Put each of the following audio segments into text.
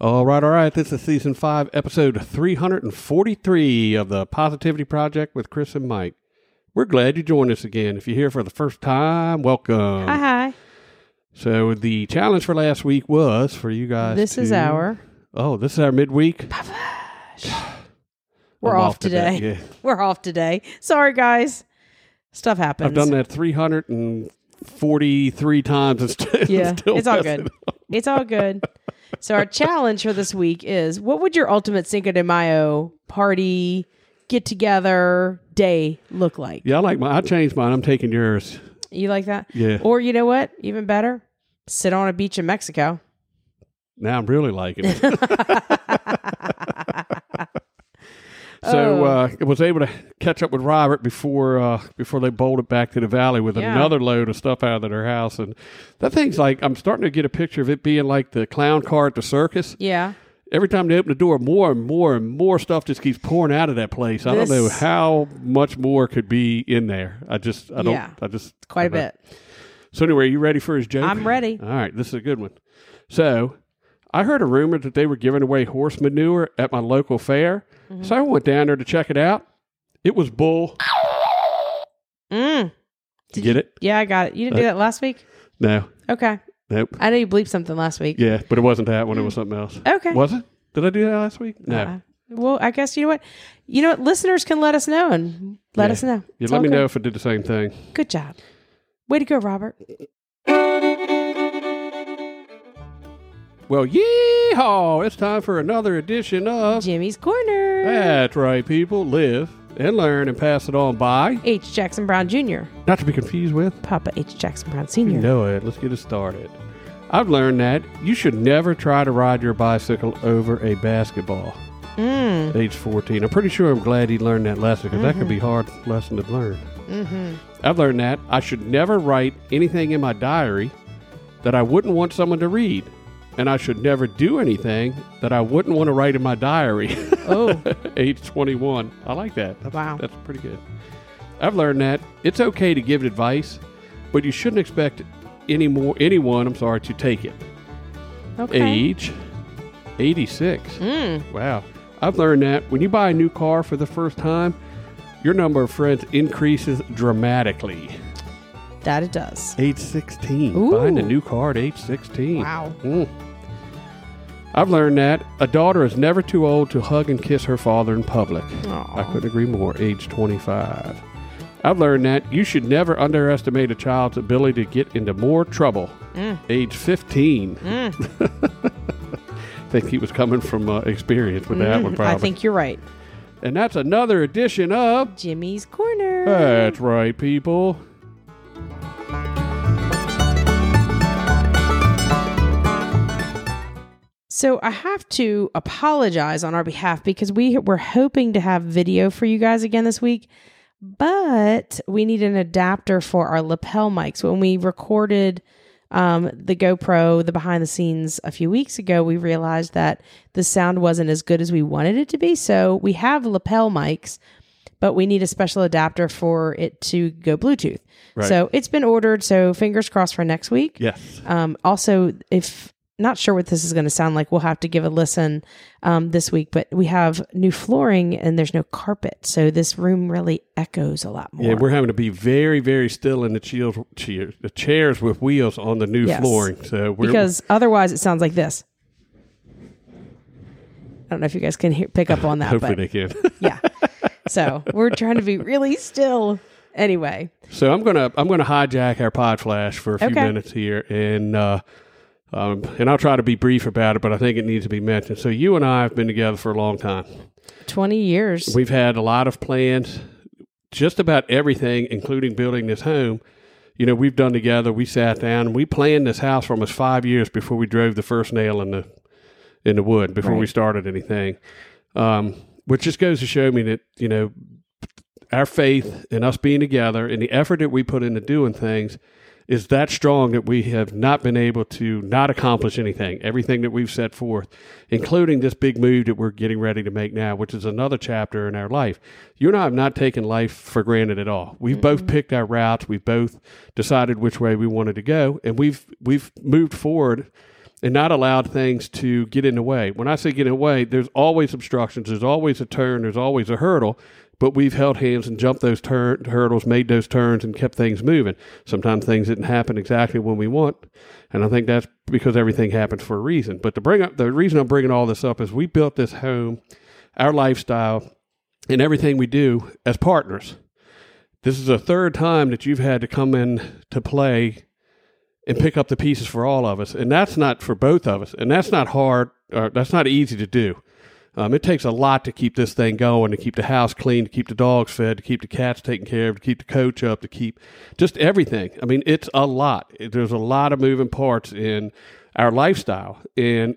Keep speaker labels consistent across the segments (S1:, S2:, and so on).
S1: All right, all right. This is season five, episode 343 of the Positivity Project with Chris and Mike. We're glad you joined us again. If you're here for the first time, welcome.
S2: Hi, hi.
S1: So, the challenge for last week was for you guys.
S2: This is
S1: to-
S2: our.
S1: Oh, this is our midweek.
S2: We're
S1: I'm
S2: off today.
S1: yeah.
S2: We're off today. Sorry, guys. Stuff happens.
S1: I've done that 343 times and st-
S2: Yeah,
S1: still
S2: it's all
S1: messing
S2: good.
S1: up.
S2: It's all good. so our challenge for this week is: What would your ultimate Cinco de Mayo party, get together, day look like?
S1: Yeah, I like my. I changed mine. I'm taking yours.
S2: You like that?
S1: Yeah.
S2: Or you know what? Even better, sit on a beach in Mexico.
S1: Now I'm really liking it. so uh, I was able to catch up with Robert before uh, before they bolted back to the valley with
S2: Yeah.
S1: another load of stuff out of their house, and that thing's like I'm starting to get a picture of it being like the clown car at the circus.
S2: Yeah.
S1: Every time they open the door, more and more and more stuff just keeps pouring out of that place. I don't know
S2: This-
S1: how much more could be in there. I just I don't
S2: Yeah.
S1: I just
S2: Quite
S1: I
S2: a
S1: don't-
S2: bit.
S1: so anyway, are you ready for his joke?
S2: I'm ready.
S1: All right, this is a good one. So I heard a rumor that they were giving away horse manure at my local fair.
S2: Mm-hmm.
S1: So I went down there to check it out. It was bull.
S2: Mm.
S1: Did you get it?
S2: Yeah, I got it. You didn't do that last week.
S1: No.
S2: Okay.
S1: Nope.
S2: I know you bleeped something last week.
S1: Yeah, but it wasn't that one. It was something else.
S2: Okay.
S1: Was it? Did I do that last week? No.
S2: Uh, well, I guess you know what? You know what? Listeners can let us know and let
S1: Yeah.
S2: us know.
S1: You
S2: It's
S1: let
S2: all
S1: me
S2: good.
S1: know if I did the same thing.
S2: Good job. Way to go, Robert.
S1: Well, yeehaw! It's time for another edition of.
S2: Jimmy's Corner.
S1: That's right, people. Live and learn and pass it on by.
S2: H. Jackson Brown Jr.,
S1: Not to be confused with.
S2: Papa H. Jackson Brown
S1: You
S2: Sr.
S1: know it. Let's get it started. I've learned that you should never try to ride your bicycle over a basketball.
S2: Mm.
S1: Age 14. I'm pretty sure I'm glad he learned that lesson because that could be a hard lesson to learn. I've learned that I should never write anything in my diary that I wouldn't want someone to read. And I should never do anything that I wouldn't want to write in my diary.
S2: Oh,
S1: Age 21. I like that. That's,
S2: Wow.
S1: That's pretty good. I've learned that it's okay to give advice, but you shouldn't expect any more anyone, I'm sorry, to take it.
S2: okay.
S1: Age 86.
S2: Mm.
S1: Wow. I've learned that when you buy a new car for the first time, your number of friends increases dramatically.
S2: That it does.
S1: Age 16. Buying a
S2: Ooh.
S1: new car at age 16.
S2: Wow.
S1: Mm. I've learned that a daughter is never too old to hug and kiss her father in public.
S2: Aw.
S1: I couldn't agree more. Age 25. I've learned that you should never underestimate a child's ability to get into more trouble.
S2: Mm.
S1: Age 15. I think he was coming from uh, experience with that one, probably.
S2: Mm, I think you're right.
S1: and that's another edition of
S2: Jimmy's Corner.
S1: That's right, people.
S2: So I have to apologize on our behalf because we were hoping to have video for you guys again this week, but we need an adapter for our lapel mics. When we recorded um, the GoPro, the behind the scenes a few weeks ago, we realized that the sound wasn't as good as we wanted it to be. So we have lapel mics, but we need a special adapter for it to go Bluetooth.
S1: Right.
S2: So it's been ordered. So fingers crossed for next week.
S1: Yes.
S2: Um, also, if not sure what this is going to sound like, we'll have to give a listen um, this week. But we have new flooring and there's no carpet, so this room really echoes a lot more.
S1: Yeah, we're having to be very, very still in the chairs, chairs, the chairs with wheels on the new
S2: Yes.
S1: flooring. So we're
S2: because otherwise it sounds like this. I don't know if you guys can hear, pick up on that,
S1: hopefully
S2: but
S1: they can.
S2: yeah. So we're trying to be really still. Anyway,
S1: So I'm gonna I'm gonna hijack our pod flash for a few
S2: Okay.
S1: minutes here, and uh, um, and I'll try to be brief about it, but I think it needs to be mentioned. So you and I have been together for a long time.
S2: twenty years.
S1: We've had a lot of plans, just about everything, including building this home. You know, we've done together. We sat down. We planned this house for almost five years before we drove the first nail in the in the wood before we
S2: Right.
S1: started anything. Um, which just goes to show me that, you know, our faith and us being together and the effort that we put into doing things is that strong that we have not been able to not accomplish anything, everything that we've set forth, including this big move that we're getting ready to make now, which is another chapter in our life. You and I have not taken life for granted at all. We've both picked our routes, we've both decided which way we wanted to go, and we've we've moved forward and not allowed things to get in the way. When I say get in the way, there's always obstructions, there's always a turn, there's always a hurdle, but we've held hands and jumped those tur- hurdles, made those turns, and kept things moving. Sometimes things didn't happen exactly when we want, and I think that's because everything happens for a reason. But to bring up the reason I'm bringing all this up is we built this home, our lifestyle, and everything we do as partners. This is the third time that you've had to come in to play and pick up the pieces for all of us. And that's not for both of us. And that's not hard. Or that's not easy to do. Um, it takes a lot to keep this thing going, to keep the house clean, to keep the dogs fed, to keep the cats taken care of, to keep the coach up, to keep just everything. I mean, it's a lot. It- There's a lot of moving parts in our lifestyle. And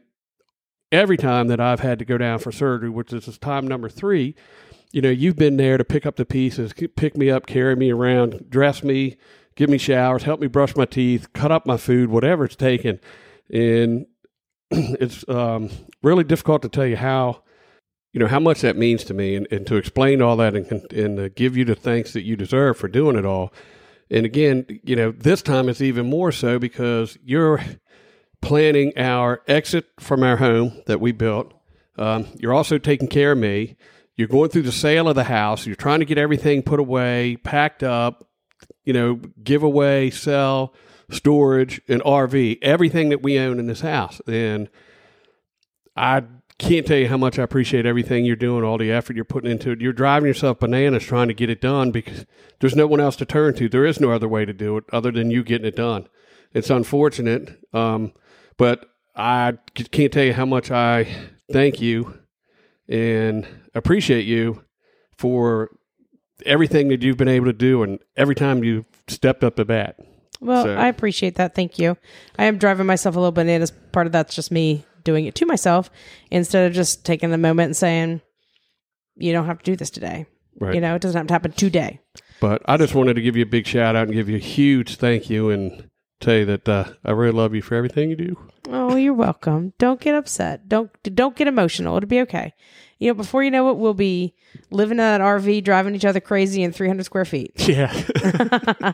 S1: every time that I've had to go down for surgery, which is is time number three, you know, you've been there to pick up the pieces, c- pick me up, carry me around, dress me, give me showers, help me brush my teeth, cut up my food, whatever it's taken. And it's um, really difficult to tell you how, you know, how much that means to me and, and to explain all that and, con- and uh, give you the thanks that you deserve for doing it all. And again, you know, this time it's even more so because you're planning our exit from our home that we built. Um, you're also taking care of me. You're going through the sale of the house. You're trying to get everything put away, packed up, you know, give away, sell, storage, and RV, everything that we own in this house. And I can't tell you how much I appreciate everything you're doing, all the effort you're putting into it. You're driving yourself bananas trying to get it done because there's no one else to turn to. There is no other way to do it other than you getting it done. It's unfortunate, um, but I c- can't tell you how much I thank you and appreciate you for everything that you've been able to do and every time you've stepped up to bat.
S2: Well,
S1: So-
S2: I appreciate that. Thank you. I am driving myself a little bananas. Part of that's just me doing it to myself instead of just taking a moment and saying, you don't have to do this today.
S1: Right.
S2: You know, it doesn't have to happen today.
S1: But I just wanted to give you a big shout out and give you a huge thank you and tell you that uh, I really love you for everything you do.
S2: Oh, you're welcome. Don't get upset. Don't don't get emotional. It'll be okay. You know, before you know it, we'll be living in that RV, driving each other crazy in 300 square feet.
S1: Yeah.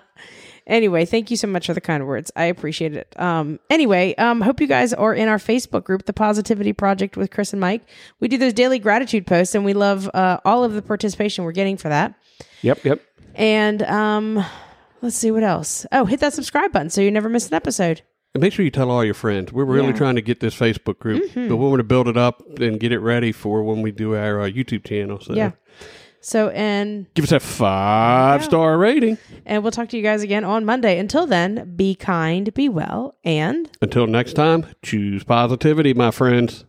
S2: Anyway, thank you so much for the kind words. I appreciate it. Um, anyway, um, hope you guys are in our Facebook group, The Positivity Project with Chris and Mike. We do those daily gratitude posts, and we love uh, all of the participation we're getting for that.
S1: yep. Yep.
S2: And um, let's see what else. Oh, hit that subscribe button so you never miss an episode.
S1: And make sure you tell all your friends. We're really
S2: Yeah. Mm-hmm.
S1: trying to get this Facebook group, but we want to build it up and get it ready for when we do our uh, YouTube channel. So
S2: Yeah. So, and
S1: give us a five star rating.
S2: and we'll talk to you guys again on Monday. Until then, be kind, be well, and.
S1: Until next time, choose positivity, my friends.